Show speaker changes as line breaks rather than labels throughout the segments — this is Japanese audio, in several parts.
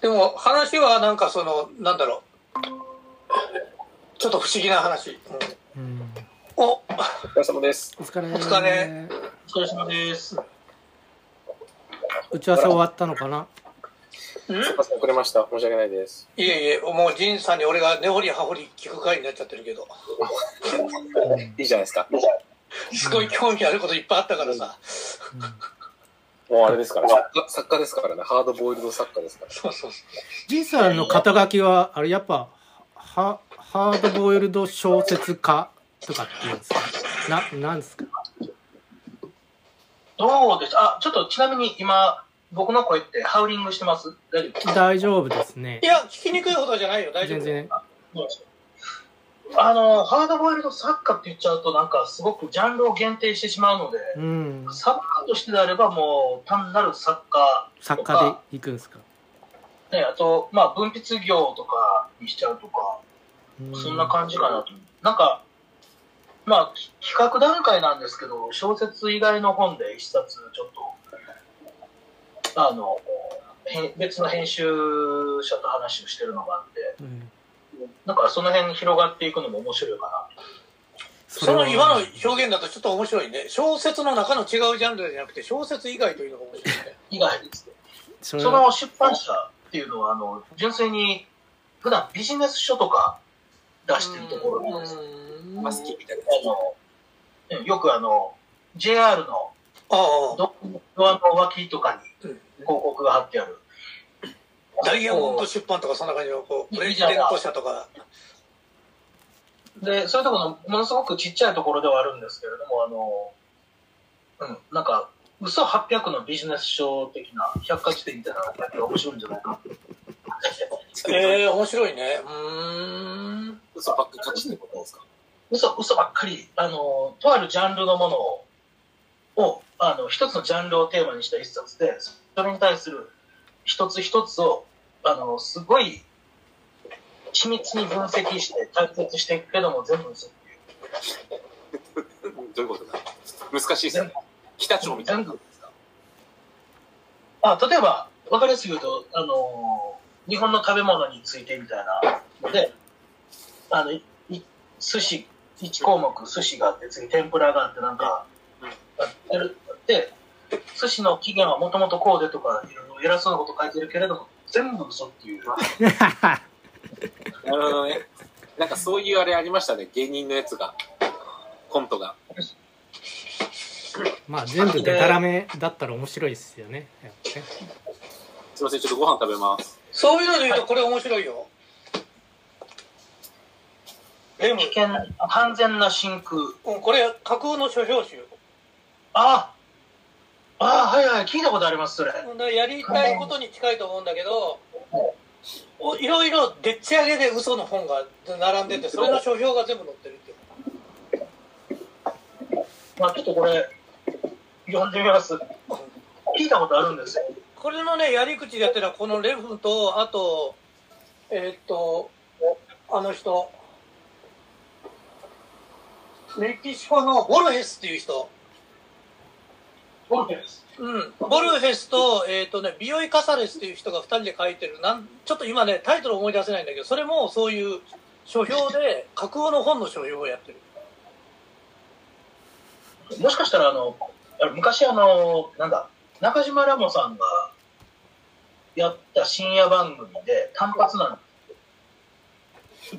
でも話はなんかそのなんだろうちょっと不思議な話、うん
うん
お
お疲れ様です。
お疲れ
お疲れお疲れ様ですん
打ち合わせ終わったのかない
ません遅れました。申し訳ないです。
いえいえもう仁さんに俺が根掘り葉掘り聞く回になっちゃってるけど
いいじゃないですか。
すごい興味あることいっぱいあったからさ、
もうあれですから、作家作家ですからね。ハードボイルド作家ですから。
そうそうそ
じいさんの肩書きはあれやっぱハハードボイルド小説家とかって言うんですかななんですか
どうですあ、ちょっとちなみに今、僕の声ってハウリングしてます大丈夫ですか
大丈夫ですね
ういや聞きにくいほどじゃないよ大丈
全
夫
然
あの、ハードボイルド作家って言っちゃうと、なんかすごくジャンルを限定してしまうので、
うん
作家としてであればもう単なる作家、
作家で行くんですか、
ね、あと、まあ、文筆業とかにしちゃうとか、
う
そんな感じかなと。なんか、まあ、き企画段階なんですけど、小説以外の本で一冊ちょっと、あの、へん別の編集者と話をしてるのがあって、
うん
なんかその辺広がっていくのも面白いかな。
その今の
は
表現だとちょっと面白いね小説の中の違うジャンルじゃなくて小説以外というのが面白いね
以外ですね。
それ
そ
は
の出版社っていうのは、あの、純粋に、普段ビジネス書とか出してるところなんです
うん
マスキーみたいな。
あの、よくあの、JR の
ああ
ドドアの脇とかに
うん
広告が貼ってある。
ダイヤモンド出版とかそんな感じのこう
い
レ
い
ン
じゃん
コ社とか
で、そういうところの、ものすごくちっちゃいところではあるんですけれども、あの、うん、なんか、嘘800のビジネス書的な百科事典みたいなのだけが面白いんじゃないかな。
ええ面白いねうーん
嘘ばっかり書ってことですか。
嘘、嘘ばっかり、あの、とあるジャンルのものを、をあの、一つのジャンルをテーマにした一冊で、それに対する一つ一つを、あの、すごい、緻密に分析して解説していくけども、全部嘘っていう。
どういうことだ。難しいですね。北朝みたいなことですか。
まあ、例えば、分かりやすく言うと、あのー日本の食べ物についてみたいなので、あの、いい寿司、1項目寿司があって、次天ぷらがあって、なんか、あやるで、寿司の起源はもともとこうでとか、いろいろ偉そうなこと書いてるけれども、全部嘘っていう。
なるほどね。なんかそういうあれありましたね。芸人のやつが。コントが。
まあ全部でたらめだったら面白いですよねやっぱね
すいません。ちょっとご飯食べます。
そういうので言うとこれ面白いよレム
危険、完全な真空。
うんこれ架空の書評集
ああああ、はいはい、聞いたことあります、それ。
だからやりたいことに近いと思うんだけどおいろいろでっち上げで嘘の本が並んでてそれの書評が全部載ってるっていう
まあ、ちょっとこれ、読んでみます。聞いたことあるんですよ。
これのねやり口でやってるのはこのレフとあとえーっとあの人メキシコのボルヘスっていう人
ゴルフです。
うんボルヘスとえーっとねビオイカサレスっていう人が2人で書いてるなんちょっと今ねタイトル思い出せないんだけどそれもそういう書評で架空の本の書評をやってる
もしかしたら、あの、あの昔あの、なんだ、中島ラモさんがやった深夜番組で単発なの。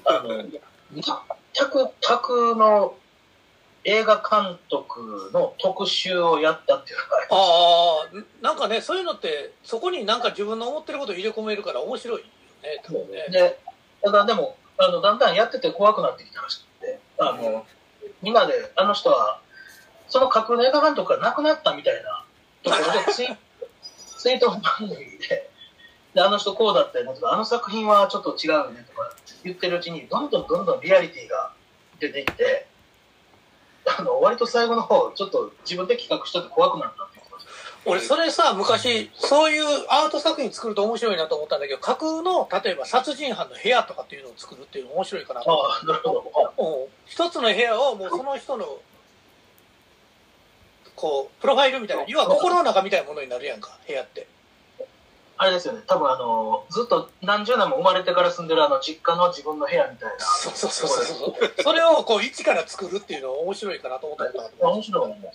あの、全く、宅の映画監督の特集をやったっていうのが、
ああなんかねそういうのってそこになんか自分の思ってることを入れ込めるから面白いよね多分ね
で、ただでも、あの、だんだんやってて怖くなってきたらしくて、あの、みんなで、あの人は、その架空の映画監督が亡くなったみたいなところ でツイ、ツイート番組で、で、あの人こうだったよねとか、あの作品はちょっと違うねとか言ってるうちに、どんどんどんどんリアリティが出てきて、あの、割と最後の方、ちょっと自分で企画してて怖くなったっていうことです。
俺それさ昔そういうアート作品作ると面白いなと思ったんだけど架空の例えば殺人犯の部屋とかっていうのを作るっていうの面白いかなと思っ
ああ、なるほど。
たうん一つの部屋をもうその人のこう、プロファイルみたいな、要は心の中みたいなものになるやんか、部屋って。
あれですよね、多分あの、ずっと何十年も生まれてから住んでるあの、実家の自分の部屋みたいな。
そうそうそうそう。それをこう、一から作るっていうのは面白いかなと思ったことある。
面白いね。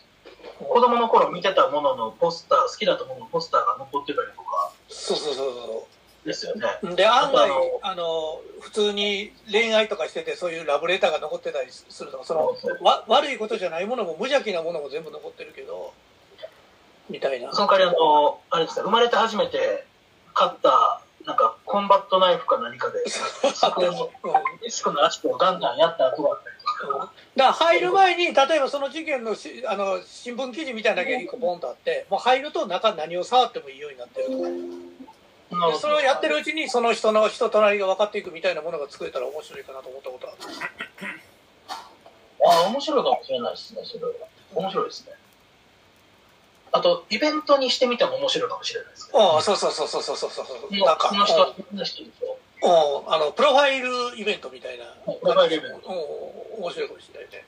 子供の頃見てたもののポスター、好きだったもののポスターが残ってたりとか
そうそうそうそ
ですよね。
う。で、案外
あと、
あの、普通に恋愛とかしてて、そういうラブレターが残ってたりするとか、その、
そ
わ悪いことじゃないものも無邪気なものも全部残ってるけど、みたいな。
の代わりあの、あれですね、生まれて初めて買った、なんかコンバットナイフか何かで、机の
うん
デスクの足をガンガンやった後だったりと
だ
か、
から入る前に、例えばその事件のしあの新聞記事みたいなのが一個ポンとあって、もう入ると中何を触ってもいいようになってるとか、でそれをやってるうちにその人の人となりが分かっていくみたいなものが作れたら面白いかなと思ったことある。
ああ、面白いかもしれないですね、それは。面白いですね。あと、イベントにしてみても面白いかもしれないですね。
ああ、そうそうそうそうそうそうそう。なんか、
この人はこんな人でしょ。
うんうんあのプロファイルイベントみたいな。
プロファイルイベント
うん面白いかもしれないね。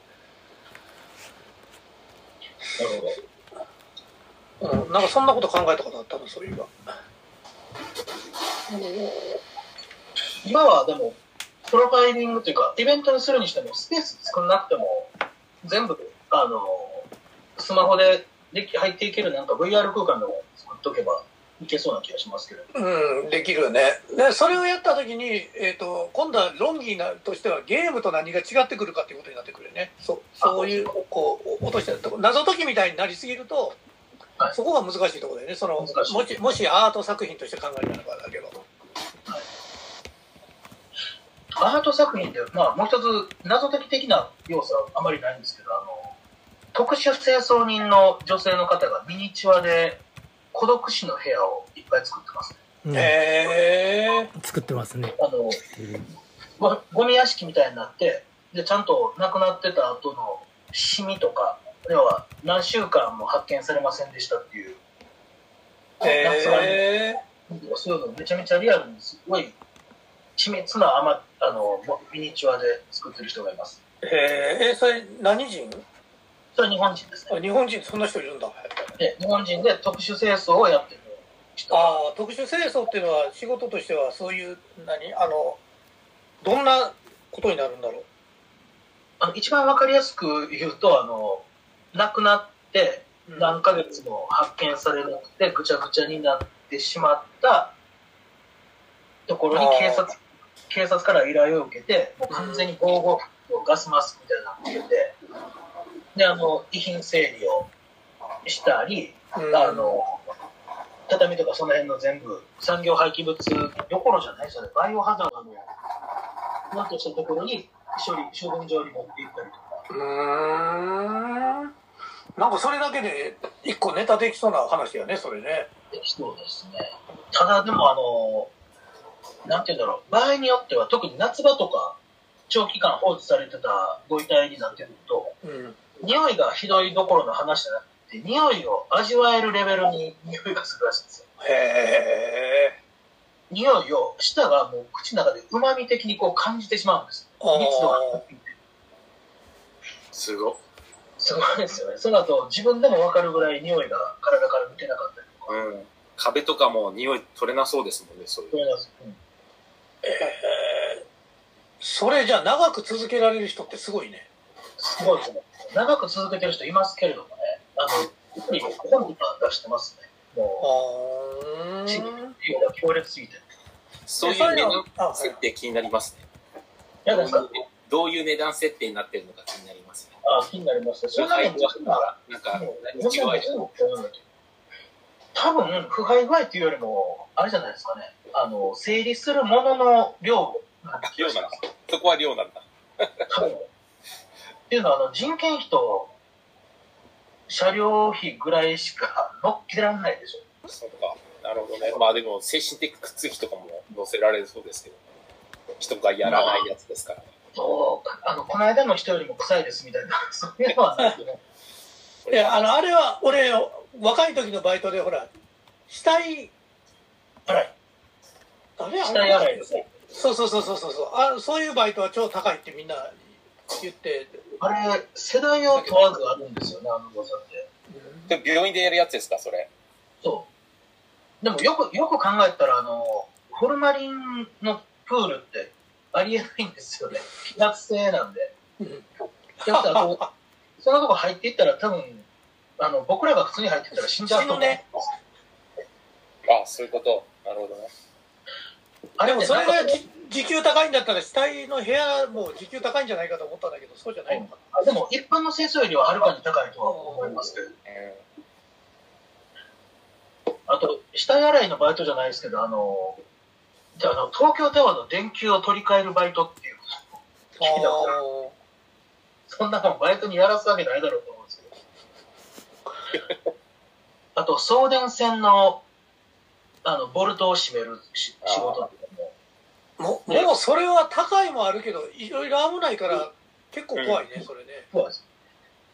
なるほど。
うん、なんかそんなこと考えたことあったの、そういえば。
今はでも、プロファイリングというか、イベントにするにしても、スペース作らなくても、全部、あの、スマホででき入っていけるなんか VR 空間でも作っとけばいけそうな気がしますけど。
うん、できるよね。で、それをやったときに、えっ、と、今度は論議なとしてはゲームと何が違ってくるかっていうことになってくるよね。そう、そういう、こう、落としてるとこ。謎解きみたいになりすぎると、
はい
そこが難しいところだよね。その、も
難しい
し、もしアート作品として考えたのかだけど。
アート作品で、まあ、もう一つ、謎解き的な要素はあまりないんですけど、あの、特殊清掃人の女性の方がミニチュアで孤独死の部屋をいっぱい作ってますね。
うん
へえ
作ってますね。
あの、ごゴミ屋敷みたいになってでちゃんと亡くなってた後のシミとか要は何週間も発見されませんでしたっていう
ー。
夏はね
へ
そういうのめちゃめちゃリアルにすごい緻密なあ,、ま、あのミニチュアで作ってる人がいます
え。へーえ、それ何人
それは日本人ですね
あ日本人そんな人いるんだ。
で日本人で特殊清掃をやってる人
ああ、特殊清掃っていうのは仕事としてはそういう、何あの、どんなことになるんだろう。
あの一番わかりやすく言うとあの亡くなって何ヶ月も発見されなくてぐちゃぐちゃになってしまったところに警
あ
察警察から依頼を受けてもう完全に防護服とガスマスクみたいなのを受けてであの遺品整理をしたり、
うん
あの畳とかその辺の全部産業廃棄物どころじゃないそれバイオハザードのなんとしたところに処理処分場に持って行ったりとか
うーんなんかそれだけで一個ネタできそうな話やね、それね。
そうですね。ただでもあの、なんて言うんだろう、場合によっては特に夏場とか長期間放置されてたご遺体になってくると、
うん。
匂いがひどいどころの話じゃなくて、匂いを味わえるレベルに匂いがするらしいんですよ。
へえ。
匂いを舌がもう口の中で旨味的にこう感じてしまうんです。
あー
密度が。
すごっ。
すごいですよね。その後自分でも分かるぐらい匂いが体から抜けなかったりとか。
うん。壁とかも匂い取れなそうですもんね、そういう。
そういうのがうん
それじゃあ長く続けられる人ってすごいね。
すごいですね。長く続けてる人いますけれどもね、あの、特に本とか出してますね。も
あー
う、地域のが強烈すぎて。
そうい
そううい
値
うの
段設定気になりますね。
嫌ですか
どういう値段設定になってるのか気になりますね。
あ気になりました。それなりに、ま
なん
あ、
か
もう、
うち
全
は
部多分、腐敗具合っていうよりも、あれじゃないですかね。あの、整理するものの量なんて気
量
がし
なん
ま
だ
す。。
そこは量なんだ。
多分。っていうのは、あの、人件費と、車両費ぐらいしか乗っけられないでしょ。
そうか。なるほどね。まあでも、精神的苦痛費とかも載せられるそうですけど、人がやらないやつですから。
そうかあのこの間の人よりも臭いですみたいな、 そういうのはないけど、
いや、あの、あれは俺、若い時のバイトでほら、死体、
洗い、
あれ
死体洗いですね。
そうそうそうそうそうあ。そういうバイトは超高いってみんな言って、
あれ、世代を問わずあるんですよね、あの誤差って。
う
で病院でやるやつですか、それ。
そう。でもよく、よく考えたら、あの、ホルマリンのプールってありえないんですよね。気圧性なんで。やったらこう、そんなとこ入っていったら多分、あの、僕らが普通に入っていったら死んじゃうと思う。
死ぬね
あそういうこと。なるほどね。
あ
で
れ
も
も
そ
そ
れ
れ
が
が、
じ時給高いんだったら死体の部屋も時給高いんじゃないかと思ったんだけどそうじゃないのか
でも一般の清掃よりははるかに高いとは思いますけど。
う
あと、死体洗いのバイトじゃないですけど、あの、じゃああの東京タワーの電球を取り替えるバイトっていう、
な、
聞いたことないそんなのバイトにやらすわけないだろうと思うんですけど。あと、送電線の、あの、ボルトを締めるし仕事とかも。
もうもうそれは高いもあるけどいろいろ危ないから結構怖いね、それね
そうです。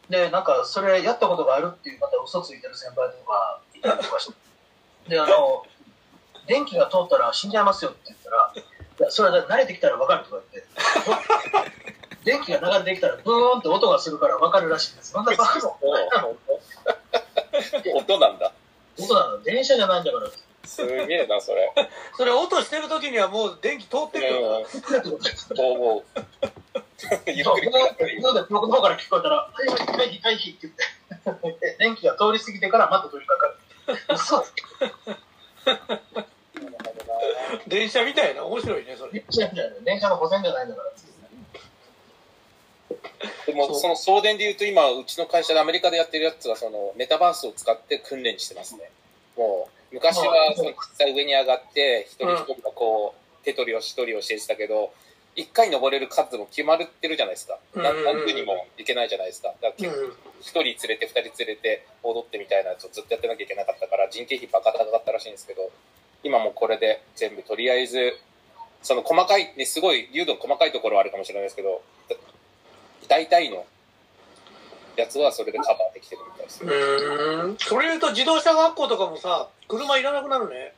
で、なんか、それやったことがあるっていう方、嘘ついてる先輩とかいたりとかして。で、あの、電気が通ったら死んじゃいますよって言ったら、いやそれは慣れてきたら分かるとか言って、電気が流れてきたらブーンって音がするから分かるらしいです。そんなバカな
うん。音なんだ。
音なの電車じゃないんだから、
すげえな、それ。
それ音してる時にはもう電気通ってるよな、
うんもう もう。ゆっ
そう、
くり
ブーンって僕の方から聞こえたら、はいはい、退避、退避って言って、電気が通り過ぎてからまた取りかかる。そう
電車みたいな面白いねそれ
電車じゃない電車の保線じゃないんだから。
でもその送電で言うと今うちの会社でアメリカでやってるやつはそのメタバースを使って訓練してますねもう昔はその実際上に上がって一人一人がこう手取りをし取りをしてたけど一回登れる数も決まってるじゃないですか
うん
何何分にもいけないじゃないですかだから結構一人連れて二人連れて踊ってみたいなやつをずっとやってなきゃいけなかったから人件費バカ高かったらしいんですけど今もうこれで全部とりあえずその細かいねすごい流動細かいところはあるかもしれないですけどだ大体のやつはそれでカバーできてるみたいです、
うんうんそれ言うと自動車学校とかもさ車いらなくなるね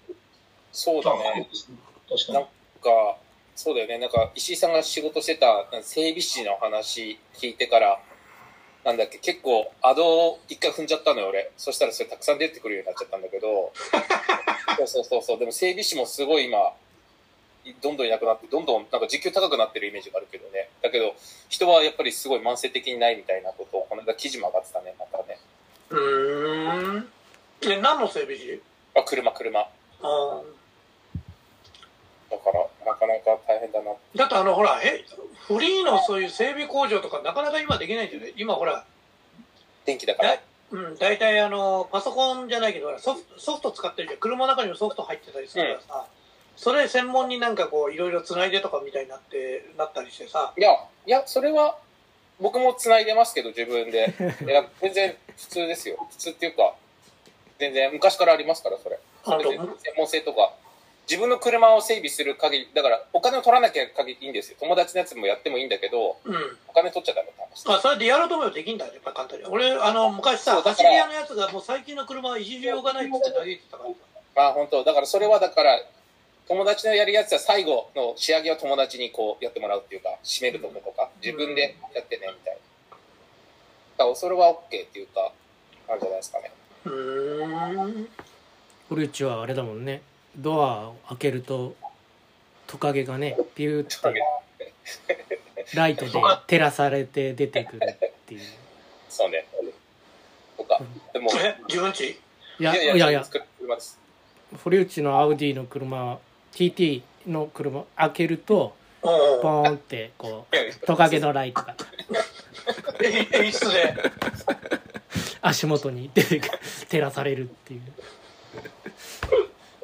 そうだね
確か
な
に
ん。かそうだよねなんか石井さんが仕事してた整備士の話聞いてからなんだっけ結構アドを一回踏んじゃったのよ俺そしたらそれたくさん出てくるようになっちゃったんだけどそうそうそうそうでも整備士もすごい今いどんどんいなくなってどんどんなんか時給高くなってるイメージがあるけどねだけど人はやっぱりすごい慢性的にないみたいなことをこの間記事も上がってたねまたね
うんえ何の整備士
あ車車だか
あー
らなかなか大変だな
だってあのほらえフリーのそういう整備工場とかなかなか今できないんじゃない今ほら、
電気だから
えうん、大体あのパソコンじゃないけどほらソフトソフト使ってるじゃん車の中にもソフト入ってたりするからさ、それ専門になんかこういろいろつないでとかみたいになってなったりしてさ
いや、いや、それは、僕も繋いでますけど、自分で。いや、全然普通ですよ。普通っていうか、全然昔からありますから、それ。
あ
別に
の
専門性とか。自分の車を整備する限り、だから、お金を取らなきゃ限りいいんですよ。友達のやつもやってもいいんだけど、
うん
お金取っちゃダメって話。
あそれでやろうと思えばできんだよやっぱ簡単に俺あの昔さ
そうだ
走
か
り
ら
屋のやつがもう最近の車はいじりようがないって言って嘆いてたから
まあ、本当だから、それはだから、友達のやるやつは最後の仕上げは友達にこうやってもらうっていうか、締めるとことか、自分でやってね、みたいな。だから、それは OK っていうか、あるじゃないですかね。
うーん
古市はあれだもんねドアを開けるとトカゲがねピュー
トカゲ
ってライトで照らされて出てくるっていう
そうね。とか、でも、
え自分ち
いやいやいや
車です。
堀内のアウディの車 TT の車開けると
うんうん
ポーンってこうトカゲのライトが
え演出で
足元に出てくる照らされるっていう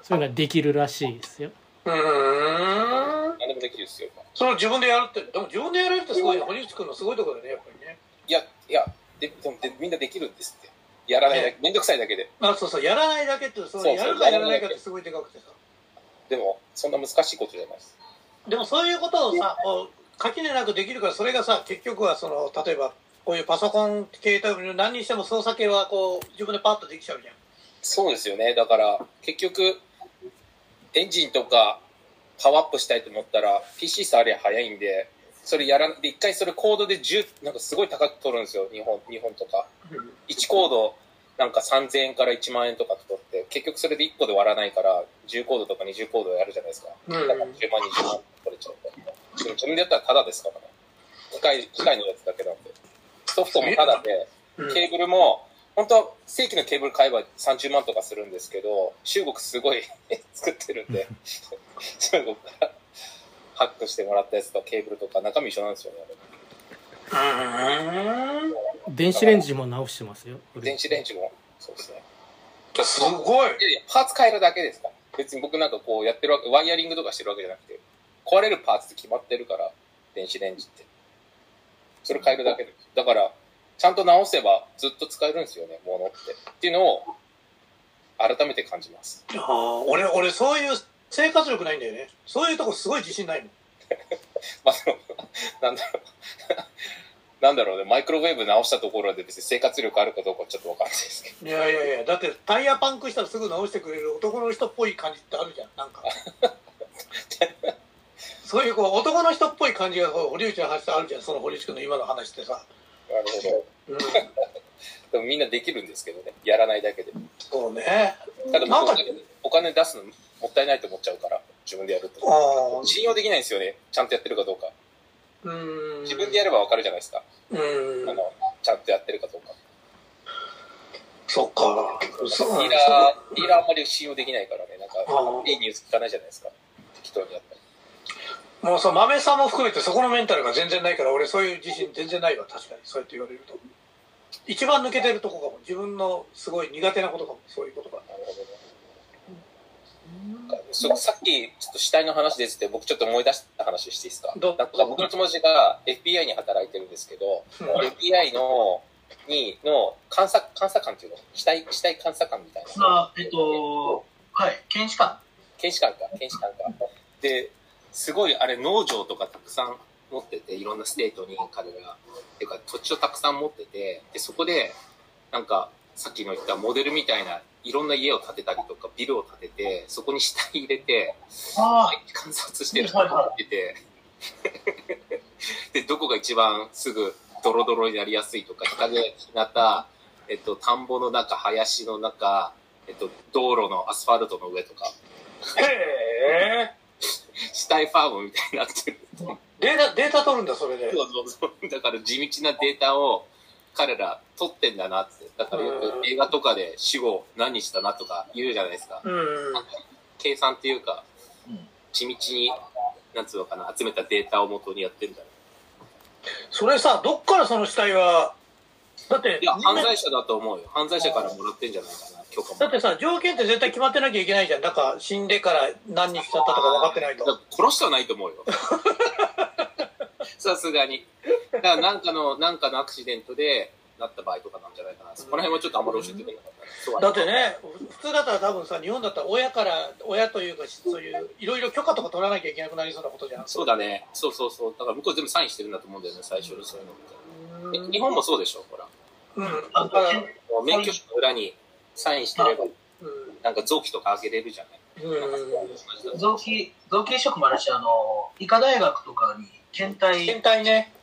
そういうのができるらしいですよ
うーん
何でもできるですよ。
それを自分でやるって、でも自分でやれるってすごいね、堀内君のすごいところだね、やっぱりね。
いや、いや、ででもでみんなできるんですって。やらないだけ、めんどくさいだけで。
あ、そうそう、やらないだけって、そ
そううそう
やるかやらないかってすごいでかくてさ。
でも、そんな難しいことじゃないです。
でもそういうことをさ、こう垣根なくできるから、それがさ、結局はその、例えば、こういうパソコン、携帯の何にしても操作系はこう、自分でパッとできちゃうじゃん。
そうですよね。だから、結局、エンジンとか、パワーアップしたいと思ったら、PC 触りゃ早いんで、それやらで、一回それコードで10、なんかすごい高く取るんですよ。日本、日本とか。1コードなんか3000円から1万円とか取って、結局それで1個で割らないから、10コードとか20コードやるじゃないですか。
うん
だから10万、20万取れちゃう。でも自分でやったらタダですからね。機械、機械のやつだけなんで。ソフトもタダで、
うん
ケーブルも、本当は正規のケーブル買えば30万とかするんですけど、中国すごい 作ってるんで、中国からハックしてもらったやつとケーブルとか中身一緒なんですよね。
うん
電子レンジも直してますよ。
電子レンジもそうですね。
すごい
いやいや、パーツ変えるだけですから。別に僕なんかこうやってるわけ、ワイヤリングとかしてるわけじゃなくて、壊れるパーツって決まってるから、電子レンジって。それ変えるだけです。だから、ちゃんと直せばずっと使えるんですよね、ものって。っていうのを、改めて感じます。
あー俺俺そういう生活力ないんだよねそういうとこすごい自信ないもん
まあ、その、 なんだろう。なんだろうね、マイクロウェーブ直したところで別に生活力あるかどうかちょっとわかんないですけど。
いやいやいや、だってタイヤパンクしたらすぐ直してくれる男の人っぽい感じってあるじゃん、なんか。そういうこう男の人っぽい感じがこう堀内の話ってあるじゃん、その堀内君の今の話ってさ。
なるほど。
うん、
でもみんなできるんですけどね、やらないだけで。
そうね。
ただ
なん
僕
か
はお金出すのもったいないと思っちゃうから、自分でやると。
あ
信用できないんですよね。ちゃんとやってるかどうか。
ーうん。
自分でやればわかるじゃないですか。
う
あ
ん。
の、ちゃんとやってるかどうか。
そっか。そう
デ
なん
ィー
で
ラ
すよ
ー、ディーラーあんまり信用できないからね。なん
あー
か、いいニュース聞かないじゃないですか。適当にやったり。
もうそう、豆さんも含めてそこのメンタルが全然ないから、俺そういう自信全然ないわ、確かに。そうやって言われると。一番抜けてるとこかも。自分のすごい苦手なことかも、そういうことが。
なるほどねなんかそさっき、ちょっと死体の話ですって、僕ちょっと思い出した話していいですか
ど
なんか僕の友達が FBI に働いてるんですけど、FBI の、に、の監査、監査官っていうの死体、死体監査官みたいな。
まあ、えっと、はい、検視官。
検視官か、検視官か。で、すごい、あれ、農場とかたくさん持ってて、いろんなステートに彼らが、ていうか、土地をたくさん持ってて、で、そこで、なんか、さっきの言ったモデルみたいな、いろんな家を建てたりとか、ビルを建てて、そこに死体入れて、
あ
観察してる人がいてて、 で、どこが一番すぐドロドロになりやすいとか、日陰、日向、えっと、田んぼの中、林の中、えっと、道路のアスファルトの上とか、
へえ。
死体ファームみたいになってる。
データ、データ取るんだ、それで。
だから地道なデータを彼ら取ってんだなって。だからよく映画とかで死後何日だなとか言うじゃないですか。
うん。
計算っていうか
うん、
地道に、なんつうのかな、集めたデータを元にやってるんだな
それさ、どっからその死体は、だって、
いや、
みんな
犯罪者だと思うよ。犯罪者からもらってんじゃないかな、許可も。
だってさ、条件って絶対決まってなきゃいけないじゃん。なんか、死んでから何日経ったとか分かってない
だ
と。
から殺してはないと思う よ。さすがに。だから、なんかの、なんかのアクシデントで、なった場合とかなんじゃないかな。そこら辺はちょっとあんまり教えてくれなかったそうはね。
だってね、普通だったら多分さ、日本だったら親から、親というか、そういう、いろいろ許可とか取らなきゃいけなくなりそうなことじゃん。
そうだね。そうそうそう。だから向こう全部サインしてるんだと思うんだよね、最初にそういうの
う
っ
ん
て。日本もそうでしょ、ほら。
うん。
あ、
だか、
だからら、
もう免許証の裏にサインしてれば、
う
なんか臓器とかあげれるじゃない。
ん。うん。
臓器、臓器移植もあるし、あの、医科大学とかに検
検
体、
体ね。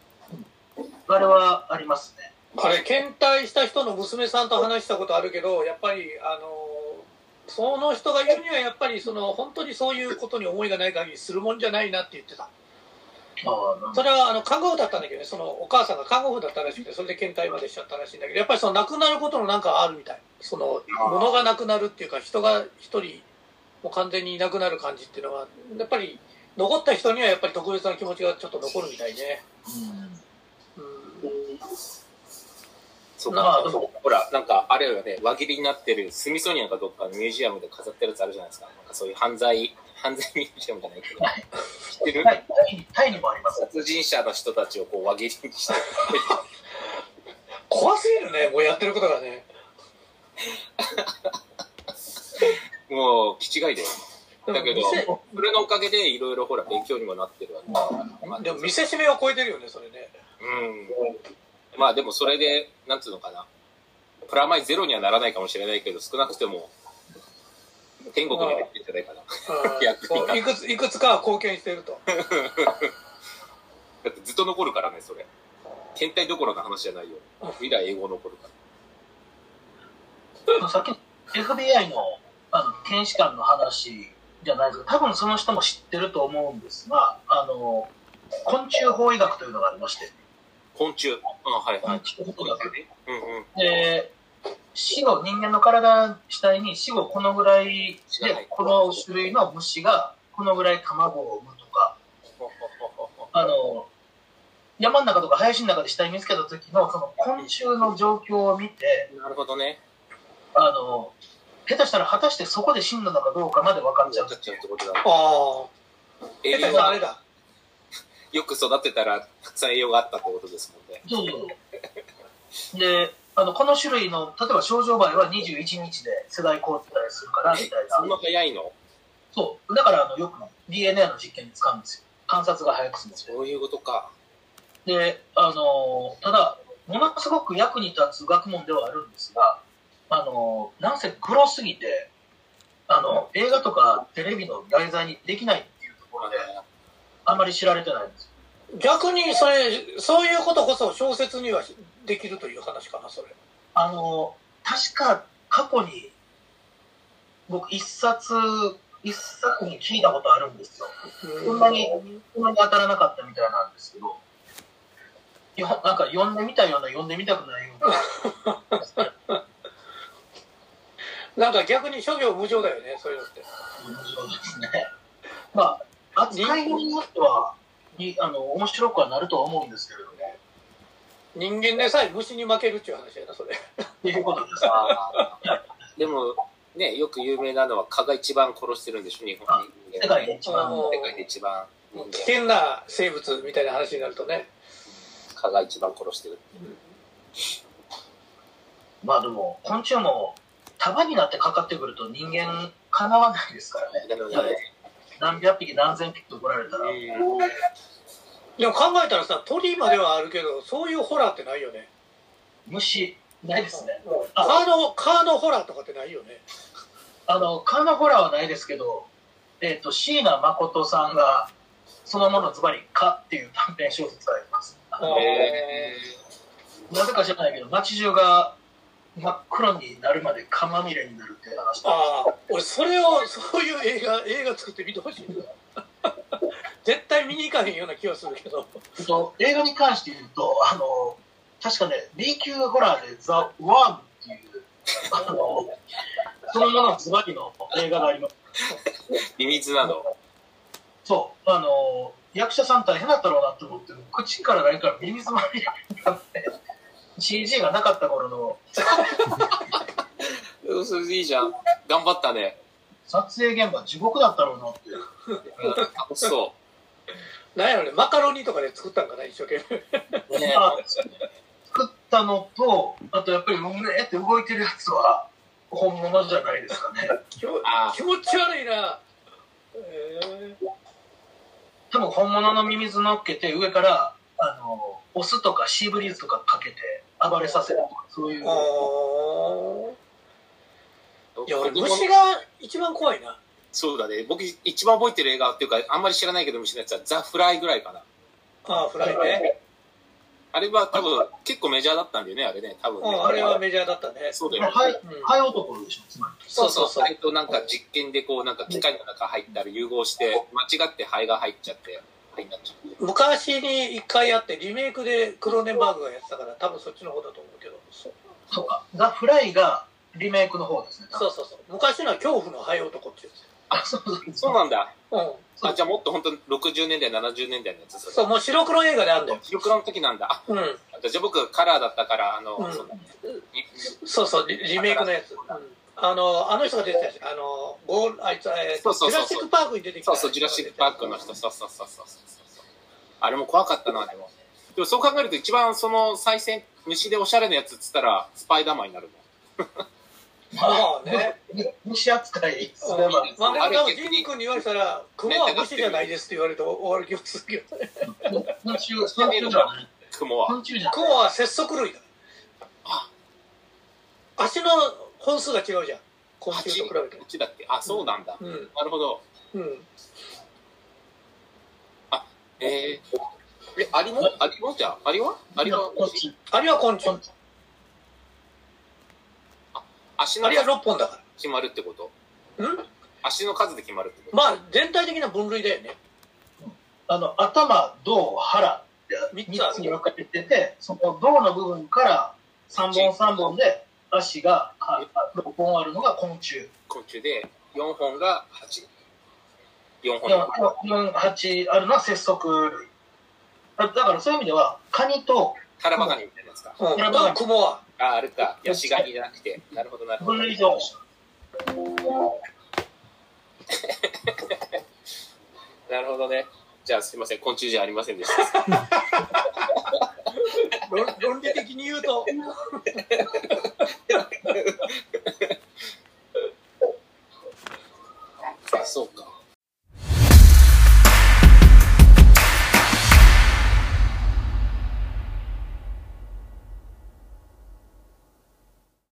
あれはありますね。
あれ、検体した人の娘さんと話したことあるけど、やっぱり、あの、その人が言うには、やっぱり、その、本当にそういうことに思いがない限りするもんじゃないなって言ってた。
あなん
それは、あの、看護婦だったんだけどね、その、お母さんが看護婦だったらしくて、それで検体までしちゃったらしいんだけど、やっぱりその、亡くなることのなんかあるみたい。その、物がなくなるっていうか、人が一人、もう完全にいなくなる感じっていうのは、やっぱり、残った人にはやっぱり特別な気持ちがちょっと残るみたいね。うん。
そう
ま
か
あでも。
ほら、なんか、あれはね、輪切りになってる、スミソニアンかどっかのミュージアムで飾ってるやつあるじゃないですか。なんかそういう犯罪、 犯罪ミュージアムじゃないけど。知ってる
タイタイにタイにもあります。
殺人者の人たちをこう輪切りにして、
怖すぎるね、もうやってることがね。
もう、気違いだよ。だけど
店、
それのおかげで、いろいろほら、勉強にもなってるわけだからまあ
でも見せしめを超えてるよね、それね。
うん。まあでもそれで、なんつうのかな。プラマイゼロにはならないかもしれないけど、少なくても、天国に入ってんじゃないかな。
うん
逆に
そういくついくつかは貢献してると。
だってずっと残るからね、それ。天体どころの話じゃないよ。未来英語残るから。
さっきの FBI のあの検視官の話じゃないですけど多分その人も知ってると思うんですがあの昆虫法医学というのがありまして
昆虫。うん、はいは
昆
い。
虫法医学
うんうん。
で死後人間の体死体に死後このぐらいでこの種類の虫がこのぐらい卵を産むと かあの山の中とか林の中で死体見つけた時のその昆虫の状況を見て
なるほどね。
あの下手したら果たしてそこで死んだのかどうかまで分かっち
じ
ゃ
ゃ
う
あ、ちょっとってことだ。
ああ。
栄
下手
養
したらあ
が
れだ。
よく育てたら、たくさん栄養があったってことですもんね。
そうそうであのこの種類の例えば症状バエは21日で世代交代するからみたいな
そんな早いの
そう。だから、あの、よく DNA の実験に使うんですよ。観察が早くするんですよ。
そういうことか。
で、あの、ただ、ものすごく役に立つ学問ではあるんですが、あの、なんせ黒すぎて、あの、映画とかテレビの題材にできないっていうところで、あまり知られてないんですよ。
逆にそれ、そういうことこそ小説にはできるという話かな、それ。
あの、確か過去に、僕一冊、一作に聞いたことあるんですよ。そんなに、そんなに当たらなかったみたいなんですけど、よなんか読んでみたいような、読んでみたくないような、
なんか逆に諸行無常だよね、そういうのって。
面白いですね。 まあ、扱いによっては、いあの面白くはなるとは思うんですけれども、
人間でさえ虫に負けるっていう話やな、それ。
っていうことです。
あーでも、ね、よく有名なのは蚊が一番殺してるんでしょ、日本人間
世界で一番、
うん
世界で一番人
危
間
険な生物みたいな話になるとね。
蚊が一番殺してる。
まあでも、昆虫も束になってかかってくると人間、かなわないですからね。
だからね
何百匹、何千匹と来られたら、
でも考えたらさ、鳥まではあるけど、そういうホラーってないよね。
虫、ないですね。
カーの、カーのホラーとかってないよね。
あの、カーナホラーはないですけど、えっ、と、椎名誠さんが、そのものズバリ、かっていう短編小説があります。
へ
なぜか知らないけど、街中が真っ黒になるまで蚊まみれになるっていう話と、
ああ、俺それを、そういう映画、映画作って見てほしいな。 絶対見に行かへんような気はするけど。
えっと映画に関して言うと、あの、確かね、B 級ホラーで、ザ・ワームっていう、あの、そのものズバリの映画があります。
ーミミズなど。
そう、あの、役者さん大変だったろうなって思って、口から何からミミズまみれになって、CG がなかった頃の
うんそれでいいじゃん。頑張ったね。
撮影現場地獄だったろうなっていう。
楽しそ
なんやろね、マカロニとかで作ったんかな、一生懸命。
う。ね
まあ作ったのと、あとやっぱり、うねーって動いてるやつは、本物じゃないですかね。
気持
あ
気持ち悪いな。えー
多分本物のミミズ乗っけて、上から、あの、お酢とかシーブリーズとかかけて、暴れさせるとか、そういう。
あー
ー
いや、俺虫が一番怖いな。
そうだね。僕一番覚えてる映画っていうか、あんまり知らないけど虫のやつはザ・フライぐらいかな。
ああ、フライね。
あれは多分結構メジャーだったんだよね、あれね。多分
う
ね。
ん、あれはメジャーだったね。
そうだよね。
はい、
うん
はい男でしょ、つまり。
そうそう、ハエとなんか実験でこう、なんか機械の中入ったら融合して、間違って肺が入っちゃって、肺になっちゃう。
昔に一回やってリメイクでクローネンバーグがやってたから多分そっちの方だと思うけどそう
そうか。ザ・フライがリメイクの方ですね。多
そ
分
うそうそう昔のは恐怖のハエ男っていう
あ、そうそうそう。
そうなんだ。
やつ
あ、じゃあもっと本当に60年代、70年代のやつ
うん
そ
そう
れ。
もう白黒映画であんだよ
記録の時なんだ。あ
うん
じゃあ僕カラーだったから、あの、
うん
そのい
そうそうリリメイクのやつ、うんあのあの人が出てたやつあのゴーあいつえー
そうそうそうそう
ジュラシック・パークに出てきた
そうそう、ジュラシック・パークの人、そうそうそうそうそうそう。あれも怖かったな、でも。でもそう考えると一番その最先、虫でおしゃれなやつっつったら、スパイダーマンになる
まあ ね
虫扱いす
うん
れば。
まあ多分ジミー君に言われたら「クモは虫じゃないです」って言われて終わる気がするけどね
昆虫、昆虫じゃない。
もん、雲は。
昆虫じゃない
クモは節足類だ
あ
足の本数が違うじゃん昆虫と比べて
こっちだっけあ、そうなんだ。
うん
なるほど。
うん
えー、え、アリもアリもじゃあ、アリはアリは
昆虫
あれは昆虫。
昆虫
足
あ
の
れは
数で
6本だか
決まるってこと
ら。ん
足の数で決まるってこと、
まあ、全体的な分類だよね。
あの頭、胴、腹って
三つ
3
ある
つに分かれてて、その胴の部分から3本3本で足が6本あるのが昆虫。
昆虫で4本が8。4本だ。
4、8あるのは節足類。だだからそういう意味では、カニと
タラバガニみたいなやつか。
うん。だから雲は。
あ、あれか。ヤシガニじゃなくて。なるほど、なるほど
分。類上、
なるほどね。じゃあ、すいません。昆虫じゃありませんでした。
論論理的に言うと、